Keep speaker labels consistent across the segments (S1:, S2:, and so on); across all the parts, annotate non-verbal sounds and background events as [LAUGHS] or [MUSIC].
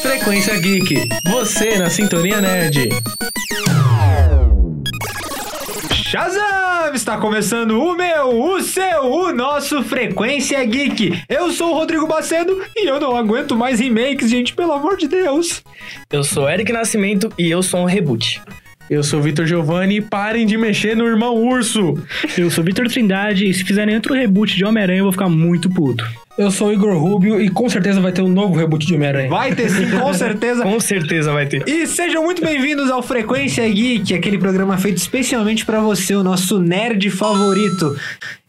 S1: Frequência Geek. Você na Sintonia Nerd.
S2: Shazam! Está começando o meu, o seu, o nosso Frequência Geek. Eu sou o Rodrigo Macedo e eu não aguento mais remakes, gente, pelo amor de Deus.
S3: Eu sou Eric Nascimento e eu sou um reboot.
S1: Eu sou o Vitor Giovanni e parem de mexer no irmão urso.
S4: Eu sou Vitor Trindade e se fizerem outro reboot de Homem-Aranha, eu vou ficar muito puto.
S5: Eu sou o Igor Rubio e com certeza vai ter um novo reboot de Homem-Aranha.
S2: Vai ter sim, com certeza.
S3: [LAUGHS] Com certeza vai ter.
S2: E sejam muito bem-vindos ao Frequência Geek, aquele programa feito especialmente pra você, o nosso nerd favorito.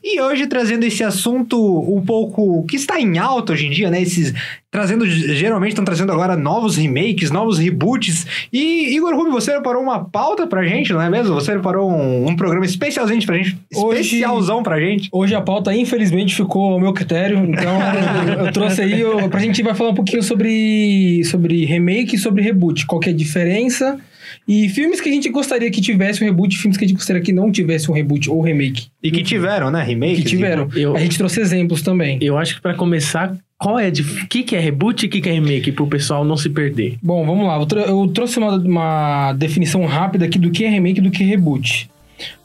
S2: E hoje trazendo esse assunto um pouco que está em alta hoje em dia, né? Esses trazendo geralmente estão trazendo agora novos remakes, novos reboots. E Igor Rubio, você preparou uma pauta pra gente, não é mesmo? Você preparou um, um programa especialzinho pra gente,
S5: Hoje-
S2: especialzão pra gente.
S5: Hoje a pauta, infelizmente, ficou ao meu critério, então eu trouxe aí eu, pra gente vai falar um pouquinho sobre, sobre remake e sobre reboot, qual que é a diferença e filmes que a gente gostaria que tivesse um reboot, filmes que a gente gostaria que não tivesse um reboot ou remake,
S2: E que tiveram, né? Remakes.
S5: Uhum. que tiveram.
S1: Eu-
S5: A gente trouxe exemplos também.
S1: Eu acho que pra começar, qual é de que que é reboot e que que é remake pro pessoal não se perder?
S5: Bom, vamos lá. Eu trou- Eu trouxe uma, uma definição rápida aqui do que é remake e do que é reboot.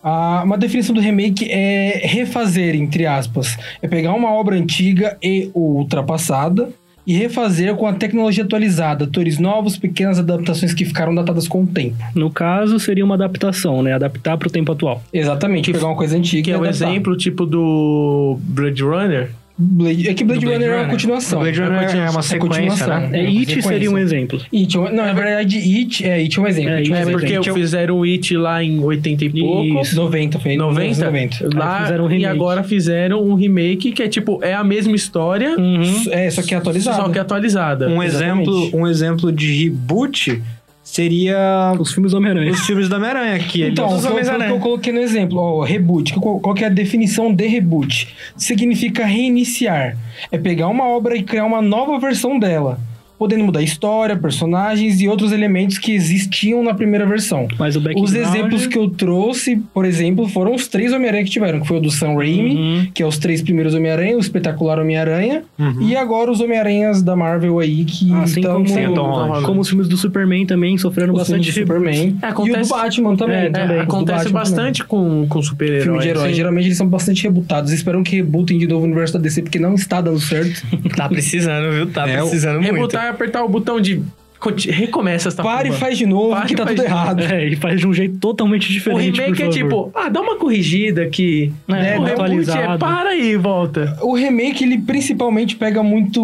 S5: Ah, uma definição do remake é refazer, entre aspas. É pegar uma obra antiga e ou ultrapassada e refazer com a tecnologia atualizada, atores novos, pequenas adaptações que ficaram datadas com o tempo.
S4: No caso, seria uma adaptação, né? Adaptar pro tempo atual.
S5: Exatamente,
S1: Que-
S5: pegar uma coisa antiga
S1: Que
S5: e
S1: é o
S5: adaptar.
S1: exemplo tipo do Blade Runner.
S5: Blade- é que Blade,
S1: do Blade
S5: Runner, é uma
S1: Runner.
S5: continuação.
S2: O Blade Runner é uma
S5: continu-
S2: sequência,
S5: continuação.
S2: né?
S4: É,
S5: uma
S4: It seria um
S5: sequência.
S4: exemplo.
S5: It, é um- não, na verdade, It é, It é um exemplo.
S4: É, It
S5: It
S1: É
S4: Mas
S1: porque
S4: gente,
S1: eu
S4: eu-
S1: fizeram o It lá em 80 e pouco.
S5: Isso, 90, foi
S1: 90?
S5: 90.
S1: Lá,
S4: Aí fizeram um
S1: e
S4: remake.
S1: agora fizeram um remake que é tipo, é a mesma história,
S4: Uhum.
S5: É, só que é atualizado.
S1: só que atualizada.
S2: Um exemplo, um exemplo de reboot seria
S4: Os filmes do Homem-Aranha.
S2: os filmes da Homem-Aranha aqui. né?
S5: Então, o que, eu, o que eu coloquei no exemplo, ó, reboot. Qual, qual que é a definição de reboot? Significa reiniciar. É pegar uma obra e criar uma nova versão dela. Podendo mudar história, personagens e outros elementos que existiam na primeira versão.
S4: Mas o né? background...
S5: Os exemplos que eu trouxe, por exemplo, foram os três Homem-Aranha que tiveram, que foi o do Sam
S4: Uhum.
S5: Raimi,
S1: Uhum.
S5: que é os três primeiros Homem-Aranha, o espetacular Homem-Aranha, e agora os Homem-Aranhas da Marvel aí que
S1: Ah,
S4: Assim
S5: tão-
S4: como,
S2: Sim,
S1: então,
S2: o Tom Holland.
S4: como os filmes do Superman também sofreram
S5: o filme
S4: bastante [LAUGHS]
S5: de Superman.
S1: É, acontece-
S5: E o do Batman também.
S4: É,
S5: né?
S4: também.
S5: O do
S1: Acontece
S5: Batman
S1: bastante com, com
S5: também.
S1: super-heróis.
S5: Filme de herói.
S1: sim.
S5: Geralmente eles são bastante rebutados. Esperam que rebutem de novo o universo da DC, porque não está dando certo.
S3: Tá precisando, viu? Tá
S2: É, o-
S3: precisando muito.
S1: Rebotar, apertar o botão de conti- recomeça essa
S5: Para e
S1: porra.
S5: faz de novo,
S1: Para
S5: que
S1: Tá
S5: tá
S1: e faz
S5: tudo
S1: de novo.
S5: errado.
S4: É, e faz de um jeito totalmente
S1: O
S4: diferente,
S1: remake é
S4: por favor.
S1: tipo, ah, dá uma corrigida aqui.
S4: É,
S1: né? O reboot é
S4: atualizado.
S1: para e volta.
S5: O remake, ele principalmente pega muito.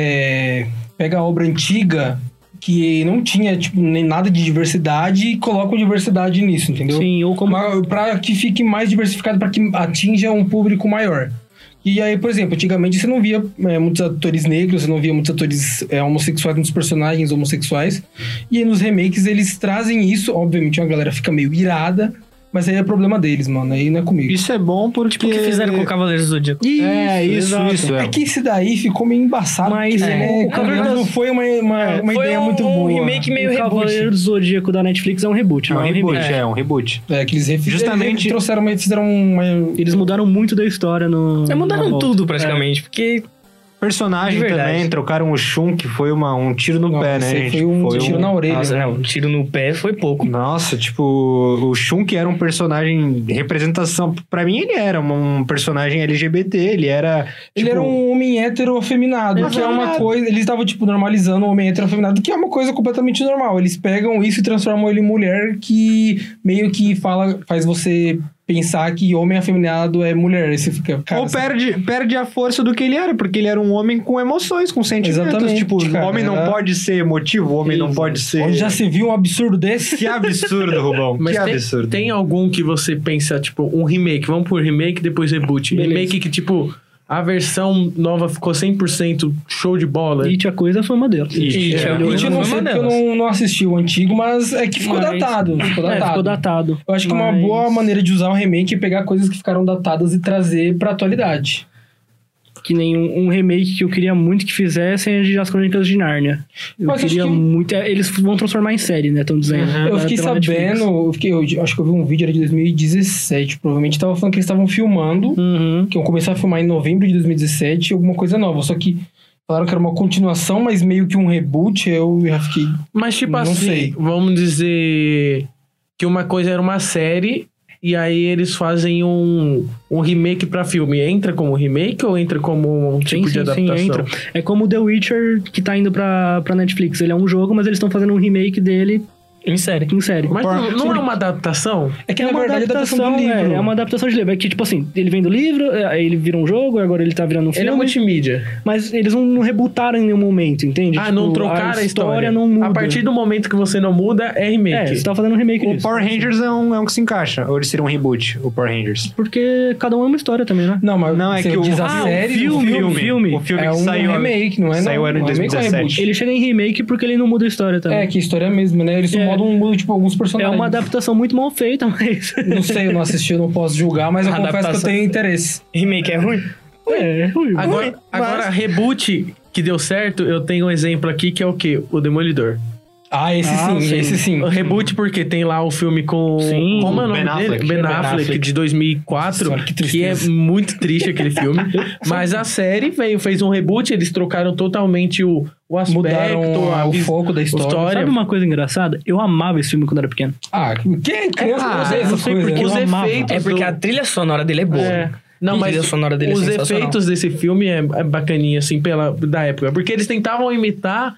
S5: é, Pega a obra antiga que não tinha tipo, nem nada de diversidade e coloca diversidade nisso, entendeu?
S4: Sim, ou como...
S5: Uma- Pra que fique mais diversificado, pra que atinja um público maior. E aí, por exemplo, antigamente você não via é, muitos atores negros, você não via muitos atores é, homossexuais, muitos personagens homossexuais. E aí nos remakes eles trazem isso, obviamente uma galera fica meio irada, mas aí é problema deles, mano, aí não é comigo.
S2: Isso é bom porque.
S3: Tipo o que fizeram com o Cavaleiros do Zodíaco.
S2: É, isso, isso.
S5: É
S2: É.
S5: que esse daí ficou meio embaçado.
S4: Mas,
S5: porque,
S4: é,
S5: né,
S4: o
S5: cara,
S4: Cavaleiro
S5: não
S4: das-
S5: foi uma, uma, uma
S3: Foi
S5: ideia
S3: um,
S5: muito
S3: um
S5: boa.
S3: remake meio
S4: o Cavaleiro
S3: reboot.
S4: do Zodíaco da Netflix é um reboot,
S2: É um
S4: não é um
S2: reboot,
S4: remake.
S2: é, um reboot.
S5: É, que eles refizeram.
S2: Justamente-
S5: Justamente. trouxeram uma, fizeram uma.
S4: Eles mudaram muito da história no...
S3: É,
S1: Tá
S4: na
S3: mudaram
S4: volta.
S3: tudo praticamente, porque
S2: Personagem
S3: De verdade.
S2: também, trocaram o Shun, que foi uma, um tiro no
S5: Não,
S2: pé, né,
S5: esse
S2: gente?
S5: Foi um tiro na orelha.
S3: Nossa, não, um tiro no pé foi pouco.
S2: Nossa, tipo, o Shun, que era um personagem de representação. Pra mim, ele era um personagem LGBT, ele era.
S5: Ele
S2: tipo,
S5: era um homem hétero afeminado, que é uma
S2: Exato.
S5: coisa. Eles estavam, tipo, normalizando o homem hétero afeminado, que é uma coisa completamente normal. Eles pegam isso e transformam ele em mulher, que meio que fala, faz você pensar que homem afeminado é mulher. Aí você fica. Cara,
S2: ou perde, perde a força do que ele era, porque ele era um homem com emoções, com sentimentos.
S5: Exatamente,
S2: tipo,
S5: cara,
S2: o homem não
S5: era-
S2: pode ser emotivo, o homem não pode ser.
S5: Onde já se viu um
S2: [LAUGHS]
S5: absurdo desse?
S2: Que absurdo, Rubão.
S1: Mas
S2: que
S1: tem,
S2: absurdo.
S1: tem algum que você pensa, tipo, um remake, vamos por remake, depois reboot.
S4: Beleza.
S1: Remake que, tipo, a versão Um nova ficou 100% show de bola.
S4: It, a coisa foi uma delas.
S1: It,
S4: É,
S1: é.
S4: olhou-
S5: Gente, eu não
S3: Foi
S5: sei
S3: uma
S5: porque eu
S3: delas.
S5: não, não assisti o antigo, mas é que ficou
S4: Mas-
S5: datado. Ficou
S4: É,
S5: datado.
S4: ficou datado.
S5: Eu acho que uma
S4: Mas-
S5: boa maneira de usar o remake é pegar coisas que ficaram datadas e trazer pra atualidade.
S4: Que nem um, um remake que eu queria muito que fizessem é de As Crônicas de Nárnia. Eu
S5: Mas acho
S4: queria
S5: que-
S4: muito. é, Eles vão transformar em série, né? Estão dizendo.
S5: eu
S4: Pela-
S5: fiquei
S4: pela Netflix.
S5: sabendo, eu fiquei, eu acho que eu vi um vídeo era de 2017, provavelmente tava falando que eles estavam filmando,
S4: Uhum.
S5: que iam começar a filmar em novembro de 2017, alguma coisa nova. Só que Falaram que era uma continuação, mas meio que um reboot. Eu já fiquei.
S1: Mas, tipo
S5: Não
S1: assim,
S5: sei.
S1: vamos dizer que uma coisa era uma série e aí eles fazem um, um remake pra filme. Entra como remake ou entra como um
S4: Sim,
S1: tipo de
S4: sim, sim,
S1: adaptação?
S4: entra. É como The Witcher que tá indo pra, pra Netflix. Ele é um jogo, mas eles estão fazendo um remake dele
S3: Em série.
S4: em série.
S1: Mas não, não é uma adaptação?
S5: É que
S4: é
S5: na
S4: uma
S5: verdade é adaptação do
S4: adaptação, é,
S5: livro.
S4: é uma adaptação de livro. É que, tipo assim, ele vem do livro, é, aí ele vira um jogo, agora ele tá virando um
S1: Ele é
S4: filme.
S1: multimídia.
S4: Mas eles não, não rebutaram em nenhum momento, entende?
S1: ah,
S4: Tipo,
S1: não trocaram a história.
S4: não muda.
S1: A partir do momento que você não muda, é
S4: É, você
S1: remake.
S4: tá fazendo um remake
S2: O
S4: disso.
S2: Power Rangers é um, é um que se encaixa. Ou ele seria um reboot, o Power Rangers.
S4: Porque cada um é uma história também, né?
S5: Não, um mas
S2: Não, é
S5: você
S2: que o-
S5: diz a
S4: Ah, o
S5: série,
S4: filme, o filme.
S2: O filme
S5: é
S2: que
S5: um
S2: saiu.
S5: remake, não é?
S2: saiu
S5: não,
S2: era em
S5: um remake ou um
S2: 2017.
S5: reboot?
S4: Ele chega em remake porque ele não muda a história também.
S5: É, que história é a mesma, né? Eles só
S4: É.
S5: mudam, mudam, tipo, alguns
S4: É
S5: personagens.
S4: uma adaptação muito mal feita, [LAUGHS] mas.
S5: Não sei, eu não assisti, eu não posso julgar, mas eu confesso que
S3: Adaptação.
S5: eu tenho interesse.
S3: Remake é ruim?
S4: é, ruim.
S1: agora, agora, reboot que deu certo, eu tenho um exemplo aqui que é o quê? O Demolidor.
S5: Ah, esse
S4: Ah,
S5: sim,
S4: sim.
S5: esse sim.
S1: O reboot porque tem lá o filme com...
S4: Sim.
S1: como é o nome
S2: Ben
S1: dele?
S2: Affleck.
S1: Ben
S2: Ben
S1: Affleck,
S2: Affleck.
S1: de 2004,
S5: Nossa, que
S1: que, é
S5: tristeza.
S1: muito triste aquele filme. Mas a série veio, fez um reboot, eles trocaram totalmente o, o aspecto,
S5: Mudaram
S1: a
S5: o
S1: vis-
S5: foco da história.
S1: história.
S4: Sabe uma coisa engraçada? Eu amava esse filme quando era pequeno.
S5: Ah, quem criança
S2: Ah,
S5: não sei
S2: eu
S5: essas
S4: sei
S5: coisas.
S4: porque
S5: né?
S1: os
S4: eu amava.
S1: efeitos
S3: É porque
S1: do-
S3: a trilha sonora dele é boa.
S1: É. Não,
S3: A
S1: mas
S3: trilha sonora dele é
S1: os
S3: sensacional.
S1: efeitos desse filme é, é bacaninha, assim, pela, da época. Porque eles tentavam imitar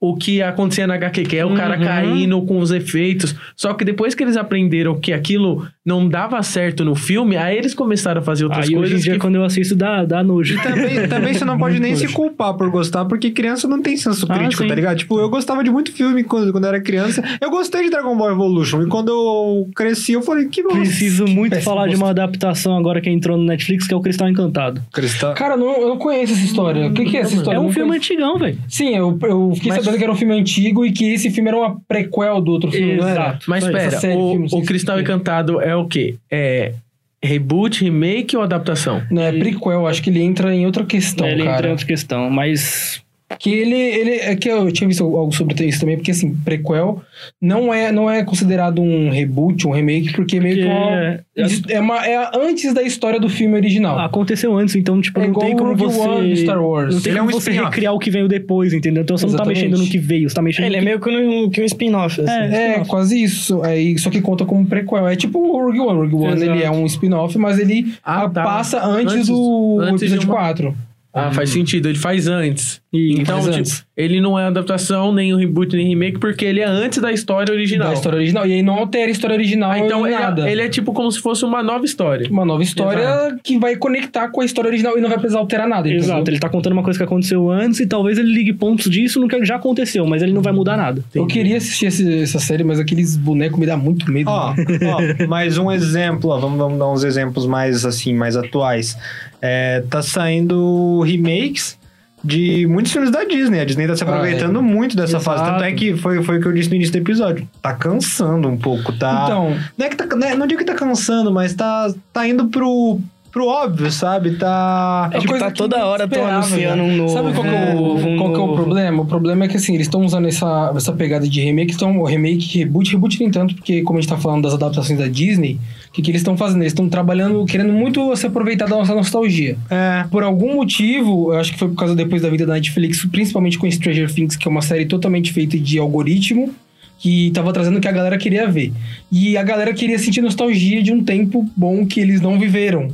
S1: o que acontecia na HQ, que é o cara caindo com os efeitos. Só que depois que eles aprenderam que aquilo não dava certo no filme, aí eles começaram a fazer outras
S4: Aí hoje em
S1: coisas.
S4: dia,
S1: que-
S4: quando eu assisto, dá, dá nojo.
S2: Também, também [LAUGHS] você não pode nem se culpar por gostar, porque criança não tem senso
S4: Ah,
S2: crítico,
S4: sim.
S2: tá ligado? Tipo, eu gostava de muito filme quando, quando eu era criança. Eu gostei de Dragon Ball Evolution. E quando eu cresci, eu falei, que bom.
S4: Preciso muito
S5: péssimo
S4: falar de
S5: gosto.
S4: uma adaptação agora que entrou no Netflix, que é o Cristal Encantado.
S2: Cristal.
S5: Cara, não, eu não conheço essa história. O que, que é essa história?
S4: É
S5: Eu
S4: um
S5: não
S4: filme
S5: conheço.
S4: antigão, velho.
S5: Sim, eu, eu fiquei
S1: Mas-
S5: sabendo que era um filme antigo e que esse filme era uma prequel do outro filme, não era?
S4: Exato.
S1: Mas
S4: Só isso.
S5: essa série
S1: espera,
S5: de filmes
S1: o, o
S5: que
S1: Cristal
S5: existem.
S1: Encantado é o quê? É reboot, remake ou adaptação?
S5: Não, é prequel, acho que ele entra em outra questão,
S4: ele entra
S5: cara.
S4: em outra questão, mas.
S5: Que ele, ele. É que eu tinha visto algo sobre isso também, porque assim, prequel não é, não é considerado um reboot, um remake, porque, meio que é uma-
S4: porque
S5: isso é, uma, é antes da história do filme original.
S4: aconteceu antes, então, tipo,
S5: É
S4: não
S5: igual
S4: tem
S5: o
S4: como
S5: Rogue One do
S4: você.
S5: Star Wars.
S4: Não tem
S2: Ele é
S4: como
S2: um
S4: você
S2: spin-off.
S4: recriar o que veio depois, entendeu? Então você não
S5: Exatamente.
S4: tá mexendo no que veio, você tá mexendo
S3: Ele é
S4: no que...
S3: meio que um, que um spin-off. assim.
S4: É.
S5: É,
S4: spin-off.
S5: quase isso. Aí, só que conta como prequel. É tipo o Rogue One. Rogue One
S4: Exato.
S5: ele é um spin-off, mas ele
S1: Ah,
S5: a-
S1: tá.
S5: passa antes,
S1: Antes-
S5: do
S1: antes de
S5: episódio
S1: uma-
S5: 4.
S1: Ah, faz sentido, ele faz antes. então,
S5: faz
S1: tipo,
S5: antes.
S1: ele não é adaptação, nem um reboot, nem remake, porque ele é antes da história original.
S5: Da história original. E aí não altera a história original
S1: Ah, então
S5: em
S1: ele,
S5: nada.
S1: ele é tipo como se fosse uma nova história.
S5: Uma nova história
S1: Exato.
S5: que vai conectar com a história original e não vai precisar alterar nada. entendeu?
S4: Exato, ele tá contando uma coisa que aconteceu antes e talvez ele ligue pontos disso no que já aconteceu, mas ele não vai mudar nada.
S5: Eu queria assistir esse- essa série, mas aqueles bonecos me dá muito medo.
S2: Ó, ó, mais um exemplo, ó, vamos, vamos dar uns exemplos mais assim, mais atuais. É, tá saindo remakes de muitos filmes da Disney. A Disney tá se
S5: Ah,
S2: aproveitando muito dessa fase.
S4: Exato.
S2: Tanto é que foi, foi o que eu disse no início do episódio. Tá cansando um pouco, tá?
S5: Então,
S2: não é que tá, não é- não digo que tá cansando, mas tá, tá indo pro, pro óbvio, sabe? Tá.
S3: É, tipo,
S5: coisa
S3: tá
S5: que
S3: toda
S5: não
S3: hora tão
S5: esperava, né?
S3: anunciando um novo.
S5: Sabe qual, que é, o,
S3: um
S5: qual que é o
S3: novo.
S5: problema? O problema é que assim, eles estão usando essa, essa pegada de remake, estão remake, reboot, reboot nem tanto, porque como a gente tá falando das adaptações da Disney, o que, que eles estão fazendo? Eles estão trabalhando, querendo muito se aproveitar da nossa nostalgia.
S2: É.
S5: Por algum motivo, eu acho que foi por causa depois da vida da Netflix, principalmente com Stranger Things, que é uma série totalmente feita de algoritmo, que tava trazendo o que a galera queria ver. E a galera queria sentir nostalgia de um tempo bom que eles não viveram.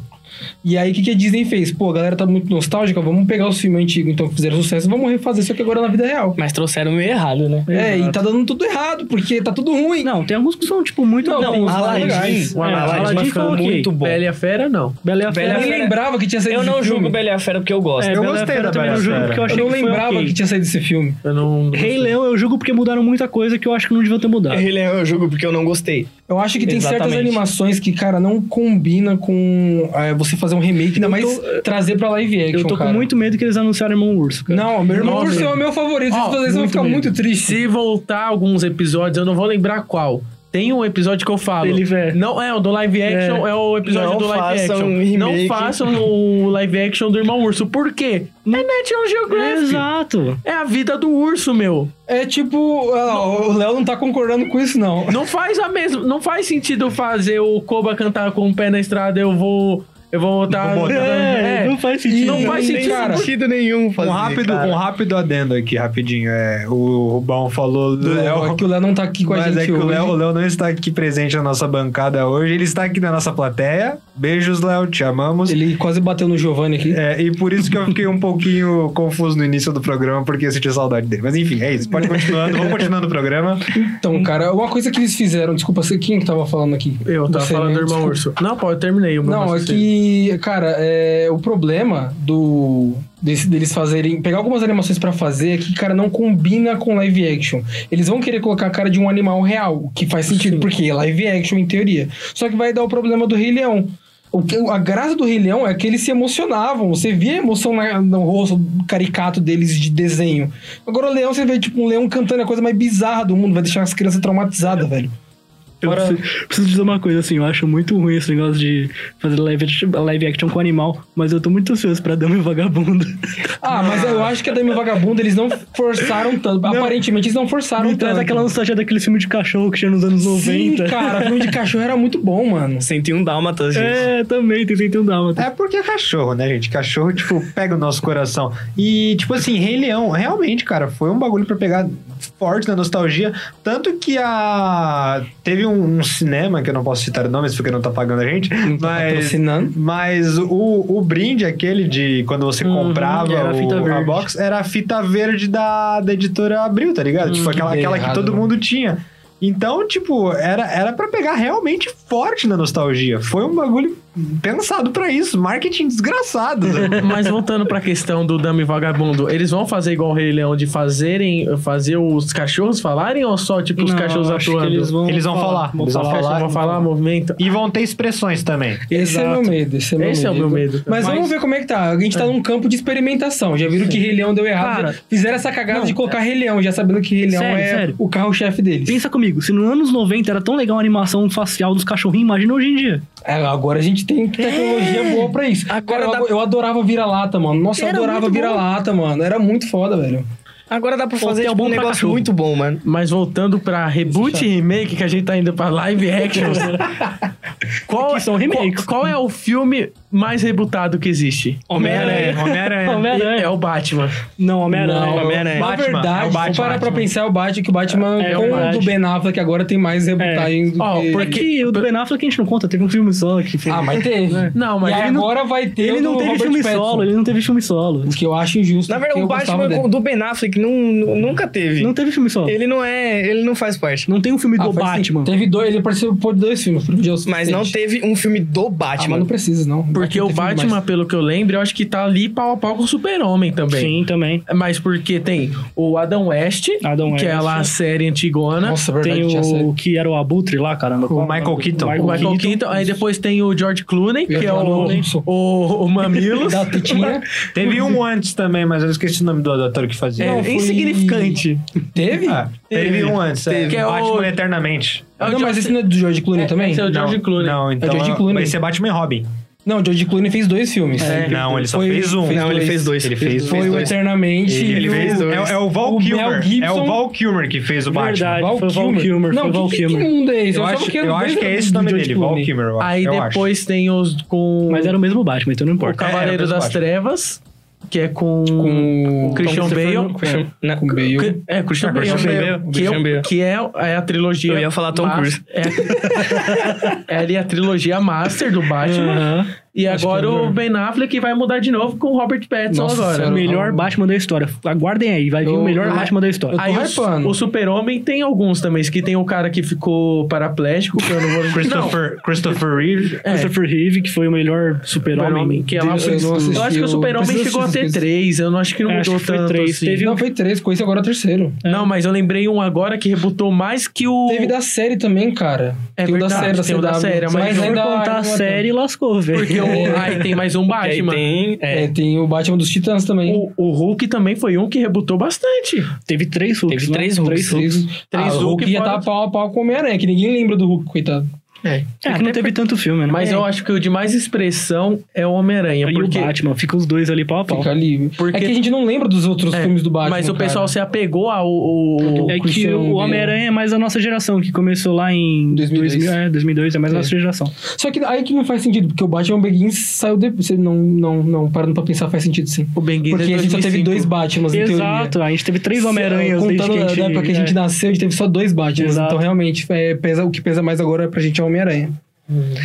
S5: E aí, o que, que a Disney fez? Pô, a galera tá muito nostálgica, vamos pegar os filmes antigos então que fizeram sucesso, vamos refazer isso aqui agora na vida real.
S3: Mas trouxeram meio errado, né?
S5: É, e tá dando tudo errado, porque tá tudo ruim.
S4: Não, tem alguns que são, tipo, muito
S5: Não,
S4: bons.
S5: tem os
S4: Aladdin.
S5: legais.
S4: É,
S1: O Aladdin
S4: Aladdin
S1: foi
S4: foi ok.
S3: muito bom.
S1: Bela e a Fera, não.
S4: Bela e
S3: Bela
S4: a
S5: eu
S4: Fera.
S5: nem
S3: Fera-
S5: lembrava que tinha saído
S3: Eu
S5: esse
S3: não
S5: filme.
S3: julgo Bela e a Fera porque eu gosto.
S4: É,
S2: Eu
S4: Bela e a
S2: gostei
S4: Fera
S2: da
S4: também
S2: Bela
S4: não
S2: e a
S4: julgo
S2: Fera.
S4: porque eu
S5: Eu
S4: achei
S5: não
S4: que foi
S5: lembrava
S4: ok.
S5: que tinha saído esse filme.
S1: Eu não.
S4: Rei Leão eu julgo porque mudaram muita coisa que eu acho que não deviam ter mudado.
S3: É Rei Leão eu julgo porque eu não gostei.
S5: Eu acho que tem certas
S3: Exatamente.
S5: animações que, cara, não combina com é, você fazer um remake, ainda mais trazer pra live action,
S4: eu tô
S5: cara.
S4: com muito medo que eles anunciaram Irmão Urso, cara.
S5: Não, meu irmão
S1: Nossa.
S5: urso é o meu favorito. Se
S1: Ó,
S5: vocês fazerem isso, eu vou
S1: muito
S5: ficar
S1: medo.
S5: muito triste.
S1: Se voltar alguns episódios, eu não vou lembrar qual. Tem um episódio que eu falo.
S4: Ele vê.
S1: Não, é o do live action, é, o episódio
S3: Não
S1: do live
S3: façam
S1: action.
S3: um
S1: não
S3: remake.
S1: façam o live action do Irmão Urso. Por quê? É National Geographic.
S4: Exato.
S1: É a vida do urso, meu.
S5: É tipo, ah, o Léo não tá concordando com isso, não.
S1: Não faz a mesma. Não faz sentido fazer o Koba cantar com o pé na estrada, eu vou. Eu vou botar.
S2: Vou botar.
S1: É,
S4: não faz sentido.
S1: não faz
S5: tem
S1: sentido.
S5: cara.
S1: porque-
S3: sentido nenhum fazer,
S2: Um rápido, um rápido adendo aqui, rapidinho. É, o Rubão falou do Léo.
S5: que o Léo não tá aqui com a
S2: Mas
S5: gente
S2: é que
S5: hoje.
S2: o Léo, o Léo não está aqui presente na nossa bancada hoje, ele está aqui na nossa plateia. Beijos, Léo, te amamos.
S5: Ele quase bateu no Giovanni aqui.
S2: É, e por isso que eu fiquei um pouquinho confuso no início do programa, porque eu senti saudade dele. Mas enfim, é isso. Pode continuando, vamos continuando o programa.
S5: Então, cara, uma coisa que eles fizeram, desculpa, sei quem que tava falando aqui.
S1: Eu tava
S5: Você,
S1: falando
S5: né?
S1: do irmão
S5: Desculpa.
S1: urso. Não, pô, eu terminei o meu
S5: Não, é
S1: raciocínio.
S5: que, cara, é, o problema do desse- deles fazerem, pegar algumas animações pra fazer é que, cara, não combina com live action. Eles vão querer colocar a cara de um animal real, o que faz sentido, porque é live action em teoria. Só que vai dar o problema do Rei Leão. O que- a graça do Rei Leão é que eles se emocionavam. Você via a emoção na- no rosto caricato deles de desenho. Agora o leão, você vê tipo um leão cantando é a coisa mais bizarra do mundo. Vai deixar as crianças traumatizadas, velho.
S4: Eu
S5: Fora-
S4: preciso, preciso dizer uma coisa, assim, eu acho muito ruim esse negócio de fazer live, action- live action com animal, mas eu tô muito ansioso pra Dama e o Vagabundo.
S5: Ah, mas eu acho que a Dami Vagabundo eles não forçaram tanto. Aparentemente eles não forçaram
S4: Me
S5: tanto.
S4: traz aquela nostalgia daquele filme de cachorro que tinha nos anos 90.
S5: Sim, cara, filme de cachorro era muito bom, mano.
S6: 101 dálmatas, gente.
S4: É, também, tem sentido dálmata.
S2: É porque é cachorro, né, gente? Cachorro, tipo, pega o nosso coração. E, tipo assim, Rei Leão, realmente, cara, foi um bagulho pra pegar forte na nostalgia. Tanto que a. Teve um, um cinema, que eu não posso citar o nome, porque não tá pagando a gente, mas.
S5: Patrocinando.
S2: Mas o, o brinde, aquele de quando você
S4: Uhum,
S2: comprava
S4: era a fita
S2: o- a
S4: verde.
S2: box, era a fita verde da, da editora Abril, tá ligado? tipo, aquela,
S5: ideia
S2: aquela que
S5: errada,
S2: todo
S5: mano.
S2: mundo tinha. Então, tipo, era, era para pegar realmente forte na nostalgia. Foi um bagulho pensado pra isso. Marketing desgraçado. né?
S1: [LAUGHS] Mas voltando pra questão do Dami Vagabundo, eles vão fazer igual o Rei Leão de fazerem, fazer os cachorros falarem ou só, tipo, os
S4: Não,
S1: cachorros
S4: acho que
S1: atuando?
S4: eles vão
S2: Eles vão falar.
S1: Os
S2: Eles vão
S1: cachorros
S2: falar.
S1: vão falar movimento?
S2: E vão ter expressões também.
S5: Esse é
S4: Exato.
S5: meu medo. Esse é meu
S1: Esse é o
S5: medo.
S1: meu medo.
S5: Mas, vamos ver como é que tá. A gente tá num campo de experimentação. Já viram que Rei Leão deu errado.
S4: Cara,
S5: já fizeram essa cagada
S4: não,
S5: de colocar Rei Leão, já sabendo que Rei Leão
S4: Sério,
S5: é
S4: sério.
S5: o carro-chefe deles.
S4: Pensa comigo, se nos anos 90 era tão legal a animação facial dos cachorrinhos, imagina hoje em dia.
S5: É, agora a gente tem tecnologia boa pra isso.
S6: Agora
S5: Agora eu,
S6: dá-
S5: eu adorava vira-lata, mano. Nossa, eu
S6: Era
S5: adorava
S6: muito bom.
S5: vira-lata, mano. Era muito foda, velho.
S6: Agora dá pra fazer
S4: Hotel
S6: tipo,
S4: bom
S6: um
S4: pra
S6: negócio
S4: cachorro.
S6: muito bom, mano.
S1: Mas voltando pra reboot e remake, que a gente tá indo pra live action. qual,
S4: Que são remakes.
S1: Qual, qual é o filme mais rebutado que existe?
S6: Homem-Aranha.
S2: Homem-Aranha.
S4: É. Homem-Aranha.
S1: É o Batman.
S4: Não,
S5: Não,
S4: Homem-Aranha.
S6: Homem-Aranha.
S5: Na
S2: Batman,
S5: verdade,
S2: é o Batman,
S5: se parar pra
S2: Batman.
S5: pensar, o Batman, que o Batman
S4: É, é o
S5: com o do
S4: Batman.
S5: Ben Affleck agora tem mais rebutagens do
S1: Ó,
S5: que...
S4: É que o do Ben Affleck a gente não conta, teve um filme só que fez.
S5: Ah, mas teve.
S1: [LAUGHS] Não, mas
S5: e
S1: ele não-
S5: agora vai ter
S4: Ele
S5: o
S4: não
S5: do
S4: teve
S5: Robert
S4: filme
S5: Pattinson,
S4: solo, ele não teve filme solo.
S5: O que eu acho injusto.
S6: Na verdade, o
S5: porque eu gostava
S6: Batman
S5: dele.
S6: do Ben Affleck não, nunca teve.
S4: Não teve filme solo.
S6: Ele não é. Ele não faz parte.
S4: Não tem um filme
S5: Ah,
S4: do
S5: faz sim.
S4: Batman.
S5: Teve dois, ele participou de dois filmes. Pro Deus,
S6: Mas não teve um filme do
S5: Ah, mas
S6: Batman.
S5: não precisa, não.
S1: Porque o
S5: tem filme
S1: Batman,
S5: É demais.
S1: pelo que eu lembro, eu acho que tá ali pau a pau com o Super-Homem também.
S4: Sim, também.
S1: Mas porque tem o Adam West,
S4: Adam
S1: que é
S4: West.
S1: lá a série antigona.
S5: Nossa, é verdade,
S4: tem
S5: tinha
S4: o
S5: série.
S4: que era o Abutre lá, caramba.
S2: O Michael Keaton.
S4: é
S1: O Michael Keaton, aí depois tem o George Clooney, que é o,
S5: Alonso.
S1: o,
S5: [LAUGHS]
S1: o Mamilos.
S5: Da Titinha.
S2: Teve um antes também, mas eu esqueci o nome do ator que fazia.
S1: É,
S5: Não, foi-
S1: insignificante.
S5: Teve?
S2: Ah, teve um antes. é.
S1: Teve. Que é o-
S2: Batman Eternamente.
S1: É o
S5: não, mas
S1: George-
S5: esse não é do George Clooney também?
S1: esse é o George
S2: não,
S1: Clooney.
S2: Não, então
S5: George
S2: é-
S5: Clooney.
S2: vai ser Batman e Robin.
S5: Não, o George Clooney fez dois filmes.
S2: Não, ele só
S5: Foi-
S2: fez um.
S5: fez
S6: Não, ele fez dois.
S2: Ele
S6: Fez
S2: fez,
S5: Foi
S2: fez
S5: o
S2: dois.
S5: Eternamente. e
S6: Ele
S5: o-
S6: fez dois.
S2: É, é o Val
S5: O Mel
S2: Kilmer. É
S5: Gibson.
S2: o Val Kilmer que fez o Batman.
S4: Verdade,
S5: Val
S4: foi o Val
S5: Kilmer.
S4: Kilmer.
S5: Não,
S4: foi o Val
S5: que, que
S4: Kilmer.
S5: mundo é esse?
S2: Eu,
S5: achava
S2: acho,
S5: era
S2: eu
S5: dois
S2: acho que
S5: do-
S2: é esse o
S5: do
S2: nome
S5: George
S2: dele, Val
S5: Clooney.
S2: Kilmer. eu acho.
S1: Aí
S2: Eu acho.
S1: depois tem os com
S4: Mas era o mesmo Batman, então não
S1: o
S4: importa.
S1: Cavaleiro
S2: era o
S1: das
S2: Batman.
S1: Trevas, que é com,
S5: Com
S1: o
S4: Então,
S1: Christian Bale.
S5: Bale. Com Bale.
S1: Que- É, Christian
S2: Ah,
S1: Bale.
S2: Christian
S6: Bale,
S1: Que, eu-
S6: Christian Bale.
S1: que é, é a trilogia.
S6: Eu ia falar Tom
S1: mas-
S6: Cruise.
S1: É, [LAUGHS] é ali a trilogia master do Batman.
S4: Aham.
S1: E
S5: Acho que
S1: agora
S5: é
S1: o
S5: melhor.
S1: Ben Affleck vai mudar de novo com o Robert Pattinson
S5: Nossa
S1: agora.
S5: senhora.
S4: Melhor
S5: Eu-
S4: Batman da história. Aguardem aí, vai vir
S5: Eu-
S4: o melhor
S5: eu-
S4: Batman da história.
S5: eu-
S1: Aí
S5: Tô
S1: o,
S5: hypando.
S1: o Super-Homem tem alguns também. Que tem o cara que ficou paraplégico, que eu não
S5: [LAUGHS]
S1: vou
S2: Christopher, Christopher Reeve.
S1: É.
S4: Ah, Christopher Reeve, que foi o melhor super-homem.
S1: Super-Homem, que é lá
S5: Eu
S1: pro-
S5: não assisti,
S1: Eu acho que o
S5: eu
S1: Super-Homem
S5: preciso
S1: chegou a
S5: assistir
S1: ter
S5: esse.
S1: três. Eu não acho que não
S4: É, acho
S1: mudou
S4: que foi
S1: tanto
S4: três.
S1: assim.
S4: Teve
S5: Não, foi três, com esse agora é o terceiro.
S1: Não, mas eu lembrei um agora que rebutou mais que o.
S5: Teve da série também, cara.
S1: É
S5: tem o da
S1: verdade,
S5: série, da
S1: tem o da
S5: CW,
S1: série, mas
S4: Mas
S1: eu
S4: se for
S1: ainda-
S4: contar a série, lascou, velho.
S1: Porque
S5: [LAUGHS]
S1: o... Aí tem mais um
S6: Aí
S1: Batman.
S6: tem.
S5: É,
S6: É,
S5: tem o Batman dos Titãs também.
S1: O, o Hulk também foi um que rebutou bastante.
S4: [LAUGHS] Teve três Hulks.
S6: Teve
S4: né?
S6: três Hulks.
S5: Três,
S1: Três
S5: ah, o
S1: Hulk
S5: Hulk ia
S1: fora-
S5: estar pau a pau com o Homem-Aranha, que ninguém lembra do Hulk, coitado.
S4: É que não teve tanto filme, né?
S1: Mas
S4: é.
S1: eu acho que o de mais expressão é o Homem-Aranha.
S4: E
S1: Porque,
S4: o Batman, fica os dois ali pau a pau.
S5: Fica ali.
S1: Porque-
S5: É que a gente não lembra dos outros
S1: É,
S5: filmes do Batman.
S1: mas o
S5: cara.
S1: pessoal se apegou ao... ao-
S4: É
S5: Christian
S4: que
S5: Bale.
S4: o Homem-Aranha é mais a nossa geração, que começou lá em
S5: 2002.
S4: 2000, é, 2002 é mais a nossa geração.
S5: Só que aí que não faz sentido, porque o Batman Begins saiu depois. Você Não, não, não, parando pra pensar, faz sentido sim.
S1: o Ben Giz é
S5: Porque a gente só teve
S1: 2005.
S5: dois Batmans, em teoria. é
S4: Exato, a gente teve três Homem-Aranhas
S5: Contando
S4: desde que a gente...
S5: da época que a gente
S4: é.
S5: nasceu, a gente teve só dois Batman.
S4: Exato.
S5: Então, realmente, é, pesa, o que pesa mais agora pra gente é o Homem-Aranha.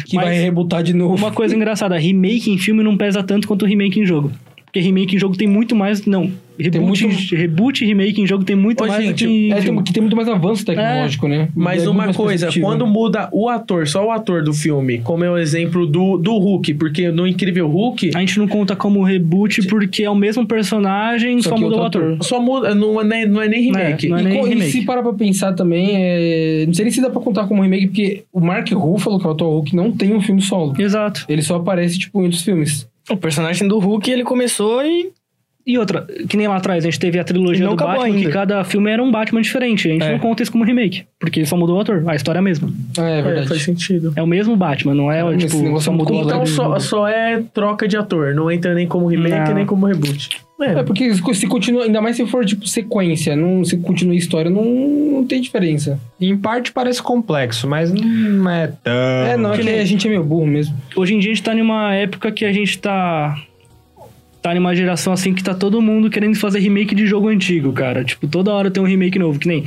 S5: Que
S4: Mas-
S5: vai rebutar de novo.
S4: Uma coisa engraçada, remake em filme não pesa tanto quanto remake em jogo. Porque remake em jogo tem muito mais... Não, reboot,
S5: muito-
S4: em- reboot e remake em jogo tem muito
S1: Ô,
S4: mais
S1: gente,
S4: do que... em
S5: É, tem,
S4: filme.
S5: que tem muito mais avanço tecnológico, né?
S1: Mas
S5: É muito
S1: uma
S5: mais
S1: coisa,
S5: perceptível.
S1: quando muda o ator, só o ator do filme, como é o exemplo do, do Hulk, porque no Incrível Hulk,
S4: A gente não conta como reboot porque é o mesmo personagem, só,
S5: que
S4: mudou o
S5: outro
S4: ator.
S1: só muda, não é, nem- não é nem
S4: Não é,
S1: remake.
S4: não é
S5: E
S4: nem
S5: co- e,
S4: remake.
S5: se parar pra pensar também, é... não sei nem se dá pra contar como remake, porque o Mark Ruffalo, que é o atual Hulk, não tem um filme solo.
S4: Exato.
S5: Ele só aparece, tipo, em outros filmes.
S6: O personagem do Hulk, ele começou e
S4: E outra, que nem lá atrás, a gente teve a trilogia
S6: Não
S4: do
S6: acabou
S4: Batman,
S6: ainda.
S4: que cada filme era um Batman diferente. A gente
S5: É.
S4: não conta isso como remake, porque só mudou o ator, a história é a mesma.
S5: Ah, é verdade.
S1: faz sentido.
S4: É o mesmo Batman, não é,
S5: Esse
S4: tipo,
S5: negócio
S4: só
S5: é um
S4: mudou o
S5: completo.
S4: ator.
S1: Então só, só é troca de ator, não entra nem como remake,
S4: Não.
S1: nem como reboot.
S5: É, porque se se continua, ainda mais se for, tipo, sequência, não, se continua a história, não, não tem diferença.
S2: Em parte parece complexo, mas não é tão.
S5: é, não, é que a gente é meio burro mesmo.
S4: Hoje em dia a gente tá numa época que a gente tá. Tá numa geração assim que tá todo mundo querendo fazer remake de jogo antigo, cara. Tipo, toda hora tem um remake novo, que nem